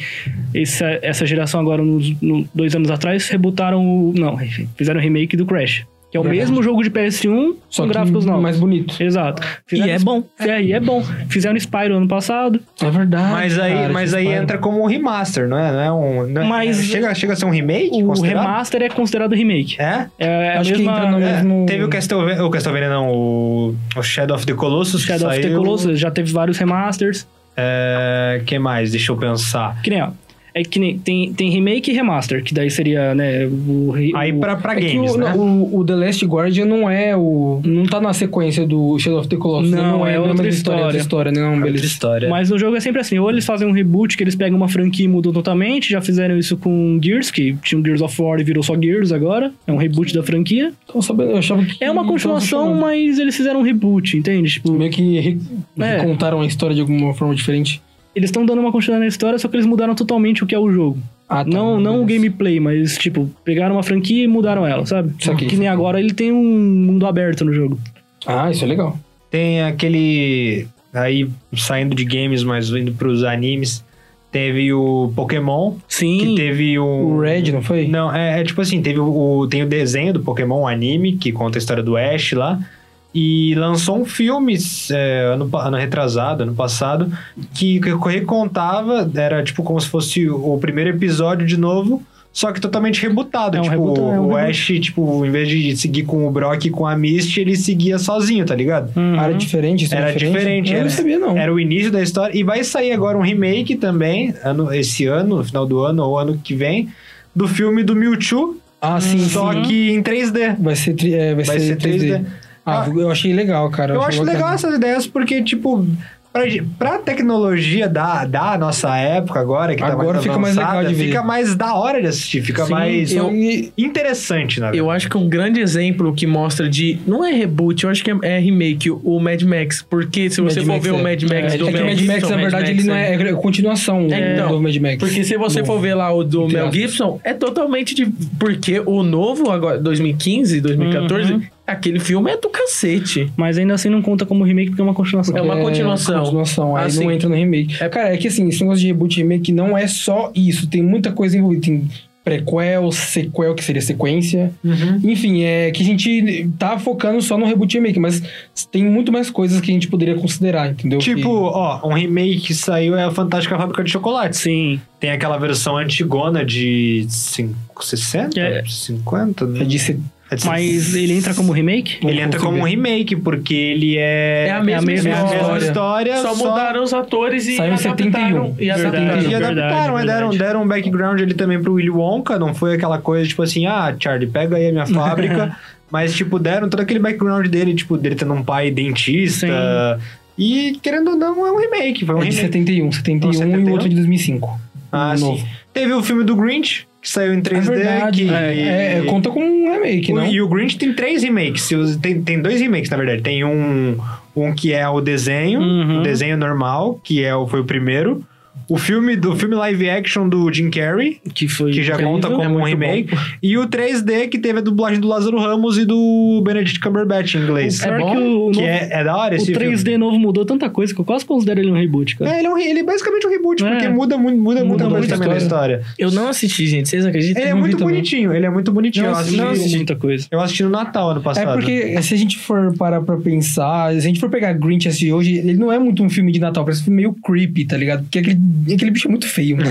S4: essa, essa geração agora, nos, no- dois anos atrás, rebutaram o. Não, fizeram o remake do Crash. Que é o
S5: Verdade.
S4: mesmo jogo de PS1
S5: Só
S4: com
S5: que
S4: gráficos novos.
S5: mais bonito.
S4: Exato.
S6: E é bom.
S4: É, e é bom. Fizeram Spyro ano passado.
S5: É verdade.
S2: Mas aí,
S5: cara,
S2: mas
S5: que
S2: aí
S5: história.
S2: entra como um remaster, não é? Não é um, não é-
S4: Mas-
S2: chega, chega a ser um remake?
S4: O
S2: considerado?
S4: remaster é considerado remake.
S2: É?
S4: É a
S5: Acho que entra
S4: mesma...
S5: no-
S2: É,
S5: mesmo-
S2: Teve o Castlevania, o Castlevania não, o, o Shadow of the Colossus. que
S4: Shadow of the
S2: saiu.
S4: Colossus já teve vários remasters.
S2: É, que mais? Deixa eu pensar.
S4: Que nem, ó. É que nem, tem, tem remake e remaster, que daí seria, né, o... re-
S2: Aí
S4: o-
S2: pra, pra
S5: É que
S2: games,
S5: o,
S2: né?
S5: o, o The Last Guardian não é o. Não tá na sequência do Shadow of the Colossus. né?
S4: Não, é
S5: não a
S4: outra
S5: mesma história. é outra história, né? Não, beleza.
S2: história.
S4: Mas no jogo é sempre assim, ou eles fazem um reboot que eles pegam uma franquia e mudam totalmente, já fizeram isso com Gears, que tinha o Gears of War e virou só Gears agora, é um reboot da franquia.
S5: Então, sabe, eu achava que.
S4: É uma
S5: então,
S4: continuação,
S5: achava-
S4: mas eles fizeram um reboot, entende? Tipo,
S5: Meio que re-
S4: É.
S5: contaram a história de alguma forma diferente.
S4: eles estão dando uma continuidade na história, só que eles mudaram totalmente o que é o jogo.
S5: Ah, tá,
S4: Não, não o
S5: beleza.
S4: gameplay, mas tipo, pegaram uma franquia e mudaram ela, sabe? Só
S5: Saquei.
S4: que nem agora ele tem um mundo aberto no jogo.
S5: Ah, isso é legal.
S2: Tem aquele. Aí, saindo de games, mas indo pros animes. Teve o Pokémon, que
S4: Sim.
S2: teve um.
S5: O Red, não foi?
S2: Não, é, é tipo assim, teve o, o- tem o desenho do Pokémon o anime, que conta a história do Ash lá. E lançou um filme é, ano, pa- ano retrasado, ano passado, que, que recontava, era tipo como se fosse o primeiro episódio de novo, só que totalmente rebutado.
S4: É um
S2: tipo,
S4: reboot, é um
S2: o
S4: reboot.
S2: Ash, tipo, em vez de seguir com o Brock e com a Misty, ele seguia sozinho, tá ligado?
S4: Uhum.
S5: Era diferente? isso
S2: Era diferente,
S5: Eu
S2: era-
S5: não sabia, não.
S2: Era o início da história. E vai sair agora um remake também, ano, esse ano, no final do ano ou ano que vem, do filme do Mewtwo.
S5: Ah, sim,
S2: Assim, só
S5: sim.
S2: que em 3D.
S5: Vai ser, tri... é, vai
S2: Vai
S5: ser
S2: ser 3D.
S5: Ah,
S2: Ah,
S5: eu achei legal, cara.
S2: Eu
S5: achei
S2: acho legal
S5: bacana.
S2: essas ideias porque, tipo, pra, ge- pra tecnologia da, da nossa época agora, que tá
S5: Agora
S2: mais
S5: fica mais legal
S2: avançada,
S5: de ver.
S2: Fica mais da hora de assistir, fica
S1: Sim,
S2: mais
S1: eu-
S5: E-
S2: interessante, na verdade.
S1: Eu acho que um grande exemplo que mostra de. Não é reboot, eu acho que é, é remake, o Mad Max. Porque se
S5: Mad
S1: você for
S5: Max,
S1: ver
S5: é.
S1: o Mad Max
S5: É,
S1: do
S5: é que o
S1: Mel
S5: Mad Max,
S1: Gibson,
S5: na verdade, ele não é, é continuação
S1: É,
S5: do
S1: então,
S5: novo Mad Max.
S1: Porque se você
S5: Novo.
S1: for ver lá o do
S5: Entre
S1: Mel
S5: aspas.
S1: Gibson, é totalmente de. Porque o novo, agora, 2015, 2014,
S4: Uhum.
S1: aquele filme é do cacete.
S4: Mas ainda assim não conta como remake porque é uma continuação.
S1: É uma continuação.
S5: continuação, aí
S1: Assim.
S5: não entra no remake.
S1: É-
S5: Cara, é que assim, esse negócio de reboot e remake não é só isso. Tem muita coisa envolvida. Tem prequel, sequel, que seria sequência.
S1: Uhum.
S5: Enfim, é que a gente tá focando só no reboot e remake, mas tem muito mais coisas que a gente poderia considerar, entendeu?
S2: Tipo,
S5: Que-
S2: ó, um remake que saiu é a Fantástica Fábrica de Chocolates.
S4: Sim.
S2: Tem aquela versão antigona de cinco- 60?
S4: É.
S2: 50? né?
S5: é de ser
S2: É de-
S4: Mas ele entra como remake?
S2: Ele entra como um remake, porque ele é.
S1: É a mesma,
S4: mesma
S2: a
S1: história.
S2: mesma história.
S1: Só mudaram os atores e
S5: Saiu em
S1: adaptaram.
S5: 71.
S1: E adaptaram.
S4: Verdade.
S2: E adaptaram, né? deram,
S4: verdade.
S2: deram um background ali também pro Willy Wonka, não foi aquela coisa tipo assim, ah, Charlie, pega aí a minha
S5: [LAUGHS]
S2: fábrica. Mas, tipo, deram todo aquele background dele, tipo, dele tendo um pai dentista. E, querendo ou não, é um remake. Foi um
S5: é de
S2: remake.
S5: 71, 71
S2: Não,
S5: e
S2: 71?
S5: o outro de 2005.
S2: Ah,
S5: novo.
S2: sim. Teve o filme do Grinch, saiu em 3D.
S5: verdade.
S2: que-
S5: É, é, conta com um remake,
S2: O-
S5: não?
S2: E o Grinch tem três remakes. se os- Tem, tem dois remakes, na verdade. Tem um, um que é o desenho,
S4: Uhum.
S2: o desenho normal, que é, o- foi o primeiro. O filme do filme live action do Jim Carrey,
S4: Que foi.
S2: que já
S4: incrível.
S2: conta como
S4: É
S2: um
S4: muito
S2: remake. E o 3D, que teve a dublagem do Lázaro Ramos e do Benedict Cumberbatch em inglês.
S4: Pior que o,
S2: que
S4: novo-
S2: é, é da hora
S4: o
S2: esse filme.
S4: 3D novo mudou tanta coisa que eu quase considero ele um reboot, cara.
S2: É, ele é, um re- ele é basicamente um reboot,
S4: É.
S2: porque muda, muito muda,
S4: Muda
S2: muita coisa
S4: muita
S2: também da história.
S6: Eu não assisti, gente. Vocês acreditam?
S2: Ele é
S4: um
S5: não vi
S2: muito
S5: também.
S2: bonitinho, ele é muito bonitinho. eu, assisti,
S4: Não, muita coisa.
S2: eu assisti no Natal ano
S5: É
S2: passado.
S5: porque se a gente for parar pra pensar, se a gente for pegar Grinch e assistir hoje, ele não é muito um filme de Natal, parece um filme meio creepy, tá ligado? Porque aquele, aquele bicho é muito feio, mano.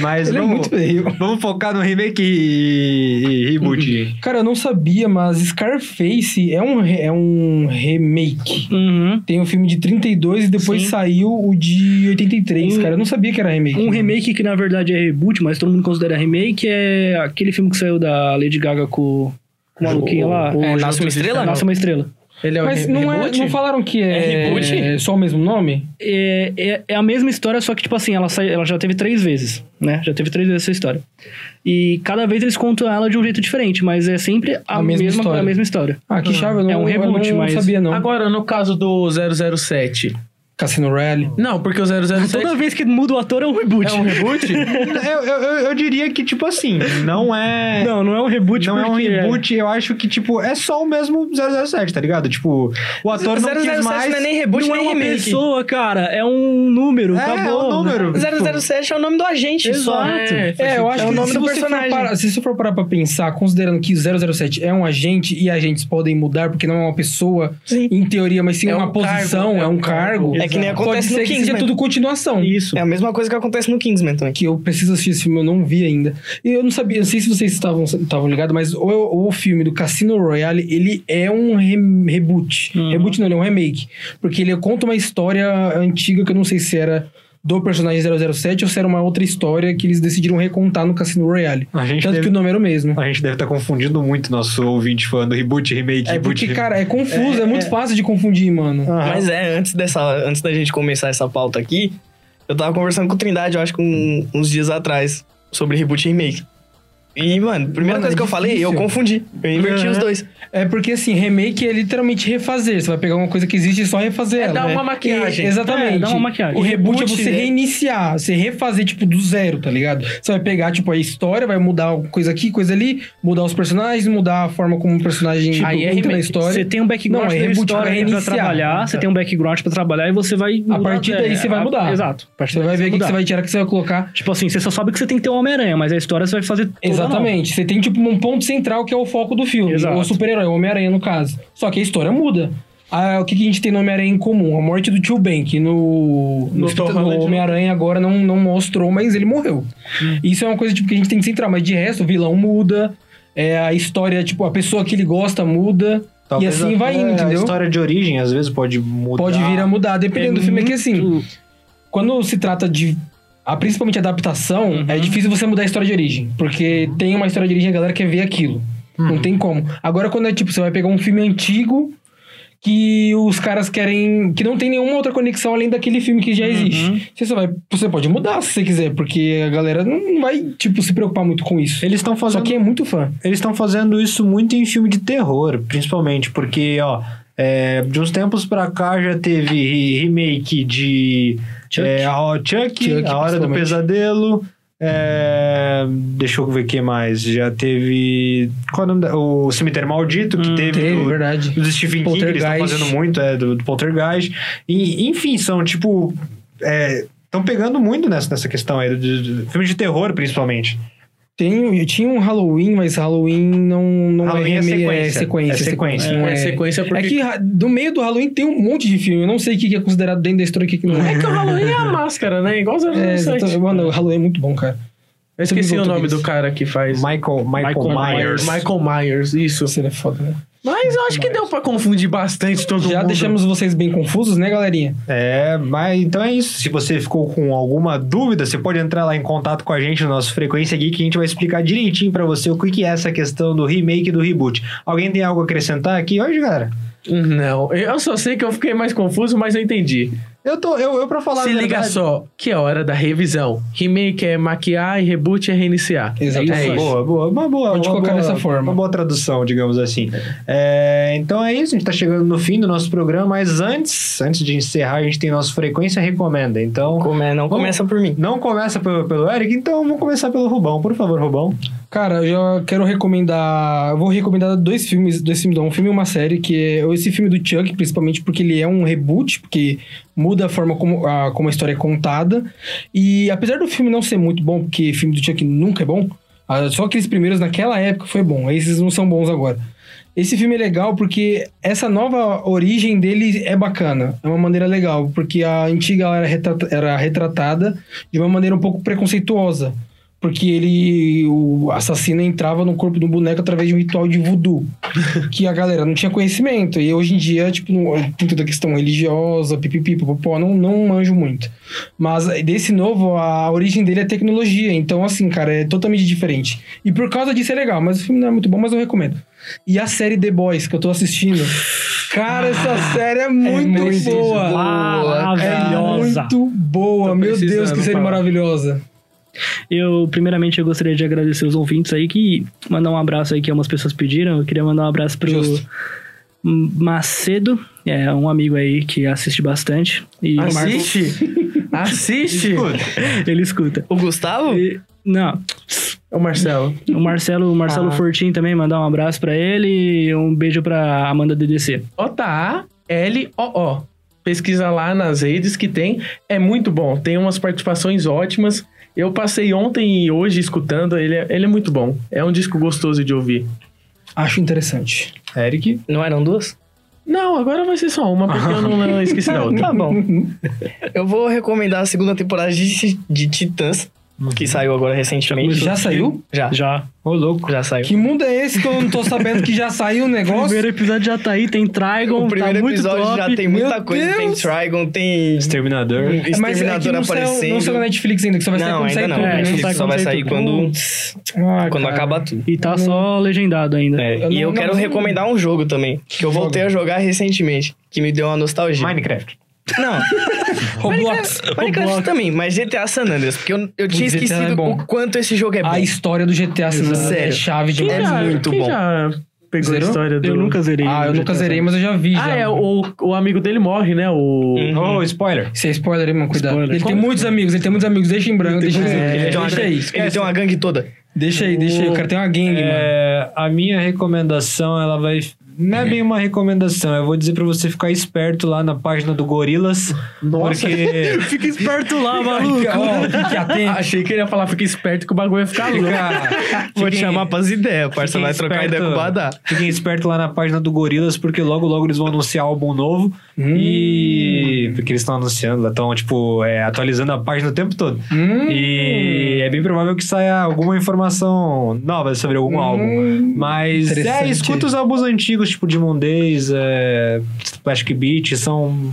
S2: Mas
S5: Ele é
S2: vamos,
S5: muito feio.
S2: Vamos focar no remake e, e reboot.
S5: Cara, eu não sabia, mas Scarface é um, re- é um remake.
S4: Uhum.
S5: Tem o filme de 32 e depois saiu o de 83,
S4: Um-
S5: cara. Eu não sabia que era remake.
S2: Uhum.
S4: Um remake que na verdade é reboot, mas todo mundo considera remake, é aquele filme que saiu da Lady Gaga com, com o maluquinho lá.
S1: o-
S4: É,
S1: o
S6: Nasce uma estrela?
S4: Nasce uma estrela.
S1: Ele é o
S5: Mas
S1: re-
S5: não, é,
S1: reboot?
S5: não falaram que
S6: É
S5: é,
S6: reboot?
S5: é só o mesmo nome?
S4: É, é, é a mesma história, só que, tipo assim, ela, sai- ela já teve três vezes, né? Já teve três vezes essa história. E cada vez eles contam ela de um jeito diferente, mas é sempre a,
S5: A mesma
S4: mesma,
S5: história.
S4: a mesma história.
S5: Ah, que chave, eu não,
S4: É um reboot,
S5: eu não
S4: mas-
S5: sabia não.
S1: Agora, no caso do 007.
S5: Cassino Rally.
S1: Não, porque o 007
S4: Toda vez que muda o ator é um reboot.
S1: é um
S2: [LAUGHS]
S1: reboot?
S2: eu, eu, eu- eu diria que, tipo assim, não é.
S4: [LAUGHS] Não, não é um reboot
S5: tipo,
S2: Não é um
S4: porque
S2: reboot, eu acho que, tipo, é só o mesmo 007, tá ligado? Tipo, o ator não quis
S6: 007
S2: mais.
S6: não é nem reboot,
S4: Não é
S6: nem
S4: uma
S6: remake.
S4: pessoa, cara, é um número,
S2: É,
S5: Tá
S4: acabou.
S5: né?
S2: é um número.
S6: 007 é o nome do agente só.
S4: Exato.
S6: É.
S5: É, eu acho
S6: É o
S5: que
S6: nome
S5: se,
S6: do
S5: você for
S6: personagem.
S5: parar, se você for parar pra pensar, considerando que o 007 é um agente e agentes podem mudar, porque não é uma pessoa,
S6: Sim.
S5: em teoria, mas sim
S1: É
S5: uma
S1: um
S5: posição,
S1: cargo,
S5: é um cargo.
S6: É que nem
S5: Exato.
S6: acontece
S5: Pode
S6: no
S5: ser que seja
S6: Kingsman.
S5: tudo continuação.
S4: Isso.
S6: É a mesma coisa que acontece no Kingsman também.
S5: Que eu preciso assistir esse filme, eu não vi ainda. E eu não sabia, não sei se vocês estavam, estavam ligados, mas o, o filme do Cassino Royale, ele é um re- reboot.
S6: Uhum.
S5: Reboot não, ele é um remake. Porque ele conta uma história antiga que eu não sei se era do personagem 007 ou se era uma outra história que eles decidiram recontar no Cassino Royale.
S2: A gente,
S5: Tanto
S2: deve,
S5: que o nome era o mesmo.
S2: a gente deve estar confundindo muito nosso ouvinte falando reboot, remake,
S5: É
S2: reboot.
S5: porque, cara, é confuso, é, muito fácil de confundir, mano.
S1: Ah.
S2: Aham.
S6: Mas é, antes, dessa, antes da gente começar essa pauta aqui, eu tava conversando com o Trindade, eu acho que um- uns dias atrás, sobre reboot e remake. E, mano, primeira
S5: Mano,
S6: coisa
S5: é
S6: que eu falei, eu
S5: difícil.
S6: confundi. Eu inverti os dois.
S5: É porque, assim, remake é literalmente refazer. Você vai pegar uma coisa que existe e só refazer ela.
S1: É dar
S5: né?
S1: uma maquiagem.
S5: E- exatamente.
S4: É, dar uma maquiagem.
S5: O reboot, é
S6: Reboot,
S5: você
S6: né?
S5: reiniciar, você refazer, tipo, do zero, tá ligado? Você vai pegar, tipo, a história, vai mudar coisa aqui, coisa ali, mudar os personagens, mudar a forma como o personagem
S4: Aí é
S5: Tipo, entra na
S4: remake.
S5: história.
S4: Você tem um background
S5: Não, é
S4: da
S5: reboot,
S4: história
S5: vai
S4: pra
S5: reiniciar. né?
S4: trabalhar, você tem um background pra trabalhar e você vai mudar-
S5: partir daí
S4: é,
S5: você vai
S4: a-
S5: mudar.
S4: Exato. A partir
S5: Você
S4: daí
S5: vai ver o que que
S4: mudar.
S5: você vai tirar, o que você vai colocar.
S4: Tipo assim, você só sabe que você tem que ter um Homem-Aranha, mas a história você vai fazer toda nova.
S5: Exatamente. Você tem, tipo, um ponto central que é o foco do filme.
S4: Exato.
S5: O super-herói, o Homem-Aranha, no caso. Só que a história muda. Ah, o que, que a gente tem no Homem-Aranha em comum? A morte do Tio Ben, que no,
S1: No
S5: no,
S1: Tom
S5: no
S1: Holland,
S5: Homem-Aranha agora não, não mostrou, mas ele morreu. Isso é uma coisa tipo, que a gente tem que centrar, mas de resto, o vilão muda, é, a história, tipo, a pessoa que ele gosta muda,
S2: Talvez
S5: e assim vai
S2: até
S5: indo,
S2: A
S5: entendeu?
S2: história de origem, às vezes, pode mudar.
S5: pode vir a mudar, dependendo do filme. É que assim,
S4: Muito-
S5: quando se trata de a, principalmente adaptação, é difícil você mudar a história de origem. Porque tem uma história de origem, a galera quer ver aquilo. Não tem como. Agora, quando é tipo, você vai pegar um filme antigo que os caras querem. que não tem nenhuma outra conexão além daquele filme que já existe. Você só vai. Você pode mudar se você quiser, porque a galera não não vai, tipo, se preocupar muito com isso.
S2: Eles estão
S5: Só
S2: fazendo
S5: quem é muito fã.
S2: Eles estão fazendo isso muito em filme de terror, principalmente, porque, ó, é, de uns tempos pra cá já teve re- remake de
S4: Chuck.
S2: é, ó, Chuck,
S5: Chuck,
S2: A Hora do
S5: principalmente.
S2: Pesadelo. é, deixa eu ver o que mais. Já teve. Qual é o nome da- O Cemitério Maldito, que teve.
S5: Hum, Teve,
S2: o,
S5: verdade.
S2: do Stephen King, eles estão
S5: Poltergeist.
S2: fazendo muito, é, do, do Poltergeist. E, enfim, são tipo. Estão pegando muito nessa, nessa questão aí, do, do- do- filme de terror, principalmente.
S5: Tem, eu tinha um Halloween, mas Halloween não, não
S2: Halloween é
S5: é, remake,
S2: sequência. É
S5: sequência.
S2: sequência.
S5: não
S1: É, sequência porque...
S5: É que ra- no meio do Halloween tem um monte de filme. Eu não sei o que que é considerado dentro da história e o que que não
S1: [LAUGHS]
S5: [LAUGHS]
S1: É
S5: é.
S1: que o Halloween é a máscara, né? Igual
S5: É,
S1: 007.
S5: exatamente. mano, o Halloween é muito bom, cara.
S1: Eu esqueci
S5: Também
S1: o
S5: voltou
S1: nome
S5: deles.
S1: do cara que faz.
S2: Michael, Michael, Myers.
S1: Michael Myers, isso.
S5: Você é foda, né?
S1: Mas eu acho que deu pra confundir bastante todo mundo.
S5: Já deixamos vocês bem confusos, né, galerinha?
S2: É, mas então é isso. Se você ficou com alguma dúvida, você pode entrar lá em contato com a gente no nosso Frequência Geek, que a gente vai explicar direitinho pra você o que que é essa questão do remake e do reboot. Alguém tem algo a acrescentar aqui hoje, galera?
S1: Não, eu só sei que eu fiquei mais confuso, mas eu entendi.
S2: Eu tô, eu, eu pra falar
S1: Se
S2: a
S1: liga
S2: verdade-
S1: só, que é hora da revisão. Remake é maquiar e reboot é reiniciar.
S5: Exatamente.
S1: É isso.
S2: Boa, boa, uma boa.
S5: Pode
S2: uma
S5: colocar
S2: boa-
S5: dessa forma.
S2: Uma boa tradução, digamos assim. É, então é isso, a gente tá chegando no fim do nosso programa, mas antes, antes de encerrar, a gente tem nosso frequência recomenda. Então,
S6: Come- não
S2: Vamos-
S6: começa por mim.
S2: não começa pelo, pelo Eric, então vamos começar pelo Rubão, por favor, Rubão.
S5: Cara, eu já quero recomendar. eu Vou recomendar dois filmes, dois filmes, não, um filme e uma série, que é esse filme do Chuck, principalmente porque ele é um reboot, porque muda a forma como a, como a história é contada. E apesar do filme não ser muito bom, porque filme do Chuck nunca é bom, ah, só aqueles primeiros naquela época foi bom, esses não são bons agora. Esse filme é legal porque essa nova origem dele é bacana, é uma maneira legal, porque a antiga era, retrata- era retratada de uma maneira um pouco preconceituosa porque ele o assassino entrava no corpo do boneco através de um ritual de voodoo que a galera não tinha conhecimento e hoje em dia tipo não- tem toda a questão religiosa pipipi popopó, não não manjo muito mas eh, desse novo a origem dele é tecnologia então assim cara é totalmente diferente e por causa disso é legal mas o filme não é muito bom mas eu recomendo e a série The Boys que eu tô assistindo cara essa série é muito,
S6: muito
S5: boa
S4: Maravilhosa.
S5: é muito boa
S1: Tô
S5: meu Deus que
S1: precisando
S5: série
S1: falar.
S5: maravilhosa
S4: Eu, primeiramente, eu gostaria de agradecer os ouvintes aí que mandar um abraço aí que algumas pessoas pediram. Eu queria mandar um abraço pro
S5: Justo.
S4: Macedo, é um amigo aí que assiste bastante. E o Marcos,
S1: Assiste! Assiste!
S4: ele escuta.
S6: O Gustavo?
S4: E- não,
S1: É o Marcelo.
S4: o Marcelo, o Marcelo Fortin também mandar um abraço pra ele e um beijo pra Amanda DDC.
S1: J-A-L-O-O. Pesquisa lá nas redes que tem. É muito bom. Tem umas participações ótimas. Eu passei ontem e hoje escutando. Ele é, ele é muito bom. É um disco gostoso de ouvir.
S5: acho interessante
S2: Eric?
S6: Não eram duas?
S1: Não, agora vai ser só uma, porque eu não não esqueci da outra.
S6: [LAUGHS] Tá bom. Eu vou recomendar a segunda temporada de, de Titãs,
S1: Uhum.
S6: que saiu agora recentemente.
S5: Já saiu?
S1: Tá.
S6: Já,
S4: Já.
S2: Ô, louco.
S6: já saiu.
S5: Que mundo é esse que eu não tô sabendo que já saiu o
S4: O
S5: negócio?
S4: primeiro episódio já tá aí, tem Trigon,
S6: O primeiro
S4: tá muito
S6: episódio
S4: top.
S6: já tem muita
S5: Meu
S6: coisa. Tem
S5: Deus!
S6: Trigon, tem
S2: Exterminador.
S5: É, Mas é que
S6: Exterminador
S5: não saiu, não
S6: aparecendo.
S5: saiu na Netflix ainda, que só vai sair
S6: Não,
S5: quando
S6: ainda
S5: sair
S6: não.
S5: tudo,
S4: É,
S5: né?
S4: não
S1: tá
S4: sai
S6: Netflix só
S4: quando
S6: vai
S4: sair
S6: sair
S4: tudo.
S6: quando,
S5: Ah,
S6: quando
S5: cara.
S6: acabar tudo.
S4: E tá só legendado ainda.
S6: É, e
S5: Eu
S6: eu
S5: não-
S6: quero
S5: não-
S6: recomendar um jogo também, que eu
S5: Jogo.
S6: voltei a jogar recentemente, que me deu uma nostalgia.
S2: Minecraft.
S6: Não,
S5: [LAUGHS] Roblox.
S6: Minecraft também, mas GTA San Andreas, porque eu, eu tinha
S5: GTA é
S6: esquecido
S5: bom.
S6: o quanto esse jogo é bom.
S5: A história do GTA San Andreas é
S6: Sério.
S5: chave
S1: Quem
S5: demais.
S1: já,
S6: muito
S1: quem
S6: bom.
S1: já pegou
S5: Zerou?
S1: a história do...
S4: Eu nunca zerei.
S5: Ah, eu nunca zerei, mas eu já vi.
S1: Ah,
S5: já.
S1: é, o, o amigo dele morre, né? O...
S6: Hum.
S2: Oh, spoiler.
S5: Isso é spoiler, hein, mano? Cuidado.
S4: Spoiler.
S5: Ele tem
S4: Como?
S5: muitos amigos, ele tem muitos amigos. Deixa em branco, deixa, em branco.
S6: Ele, tem uma,
S5: É, deixa
S6: gangue-
S5: aí.
S6: ele tem uma gangue toda.
S5: Deixa aí, deixa aí. O cara tem uma gangue, mano.
S2: É, a minha recomendação, ela vai. Não é bem uma recomendação, eu vou dizer pra você ficar esperto lá na página do Gorilas.
S5: [LAUGHS]
S2: Porque.
S1: Fica esperto
S4: [LAUGHS]
S1: lá, [LAUGHS] maluco.
S5: Ó, fique atento.
S1: Achei que ele ia falar, fica esperto que o bagulho é ia
S5: Tá
S1: ficar louco.
S2: Fica,
S6: Vou te chamar pras ideias, parça.
S2: fiquem
S6: Vai trocar ideia com o
S2: esperto.
S6: Badá.
S2: fiquem esperto lá na página do Gorilas, porque logo logo eles vão anunciar álbum novo.
S5: Hum.
S2: E. Porque eles estão anunciando, estão, tipo, é, atualizando a página o tempo todo.
S5: Hum.
S2: E é bem provável que saia alguma informação nova sobre algum um álbum. Mas é,
S5: Hum. Interessante.
S2: escuta os álbuns antigos, tipo Demon Days, é, Plastic Beat, são,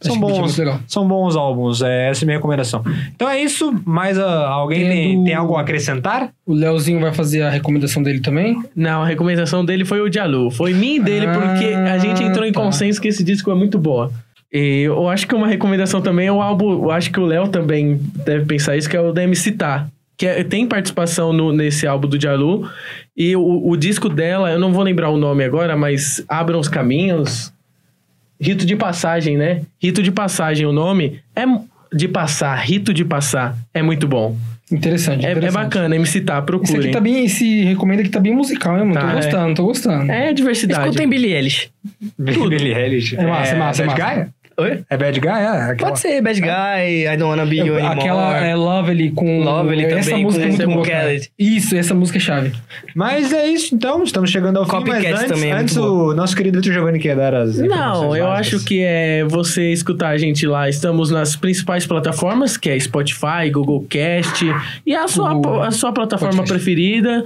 S2: são
S5: Plastic Beat é
S2: bons.
S5: muito legal.
S2: são bons álbuns, é, essa é a minha recomendação. Então é isso, mais ah, alguém
S5: Tem a
S2: tem,
S5: do-
S2: tem algo a acrescentar?
S5: O Leozinho vai fazer a recomendação dele também?
S1: Não, a recomendação dele foi o Dialu. Foi minha e dele,
S5: Ah,
S1: porque a gente entrou em
S5: tá.
S1: consenso que esse disco é muito boa. E eu acho que uma recomendação também é o álbum. Eu acho que o Léo também deve pensar isso, que é o da MC Tá. Que é- tem participação no- nesse álbum do Dialu. E o, o disco dela, eu não vou lembrar o nome agora, mas Abram os Caminhos. Rito de Passagem, né? Rito de Passagem, o nome. É mu- de passar, Rito de Passar. É muito bom.
S5: Interessante.
S1: É, é
S5: interessante.
S1: bacana, MC Tá,
S5: Esse
S1: procurem.
S5: aqui tá bem, esse recomenda que tá bem musical, hein, mano?
S1: Tá,
S5: tô
S1: é.
S5: gostando, tô gostando.
S1: É diversidade.
S6: Escutem Billy Ellis.
S2: Billy Eilish.
S5: É massa, é massa, é
S2: Bad
S5: massa.
S2: Guy?
S6: Oi?
S2: É Bad Guy? É, aquela-
S4: Tá.
S6: Pode ser Bad Guy, I Don't Wanna Be You Anymore.
S5: Aquela
S1: né?
S5: é Lovely com.
S6: Lovely
S5: essa
S6: também,
S5: música
S6: com
S5: é muito
S6: Simon
S5: boa. cara.
S6: Garrett.
S5: Isso, essa música é chave.
S2: Mas é isso, então, estamos chegando ao fim.
S6: Copycat
S2: Mas antes,
S6: também é
S2: antes
S6: muito
S2: o nosso querido Vitor Giovanni quer dar as
S1: Não,
S2: informações
S1: eu
S2: básicas.
S1: acho que é você escutar a gente lá. Estamos nas principais plataformas, que é Spotify, Google Cast e a sua,
S5: Google
S1: a sua plataforma
S5: Podcast.
S1: preferida.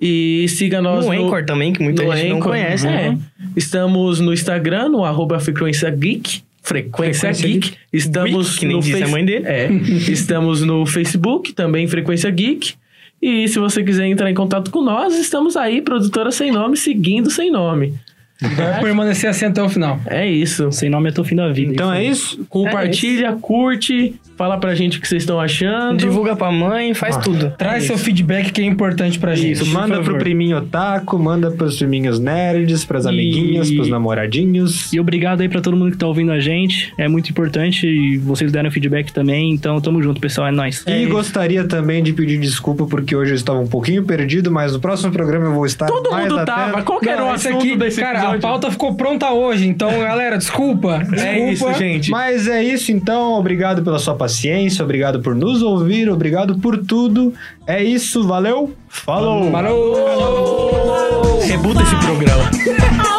S1: E siga nós
S6: No
S1: no,
S6: Anchor também, que muita
S1: no
S6: gente não
S1: Anchor.
S6: conhece. né?
S1: É. Estamos no Instagram, no arroba Frequência Geek. Frequência,
S5: Frequência
S1: Geek. Estamos
S6: Geek, que nem
S1: no
S6: disse a
S1: Face-
S6: mãe dele.
S1: [LAUGHS] É. Estamos no Facebook, também Frequência Geek. E se você quiser entrar em contato com nós, estamos aí, produtora sem nome, seguindo sem nome.
S5: Vai permanecer assim até o final.
S1: É isso.
S4: Sem nome até o fim da vida.
S2: Então é isso?
S1: Compartilha, curte, fala pra gente o que vocês estão achando.
S6: Divulga pra mãe,
S4: Ah.
S6: faz tudo.
S5: Traz seu feedback que é importante pra gente.
S2: Isso,
S5: por
S2: manda
S5: favor.
S2: pro priminho otaku, manda pros priminhos nerds, pras amiguinhas, pros namoradinhos.
S4: E obrigado aí pra todo mundo que tá ouvindo a gente. É muito importante e vocês deram feedback também. Então tamo junto, pessoal. É nóis.
S2: E gostaria também de pedir desculpa porque hoje eu estava um pouquinho perdido, mas no próximo programa eu vou estar
S1: Todo
S2: mais
S1: mundo
S2: atento. é
S1: tava. Qual que era o
S5: Não, esse
S1: um assunto
S5: aqui,
S1: desse
S5: cara,
S1: episódio?
S5: a pauta ficou pronta hoje, então, galera, desculpa.
S1: É isso,
S5: desculpa.
S1: gente.
S2: Mas é isso então, obrigado pela sua paciência, obrigado por nos ouvir, obrigado por tudo. É isso, valeu. Falou.
S5: Falou.
S1: Rebuta esse programa.
S7: Oh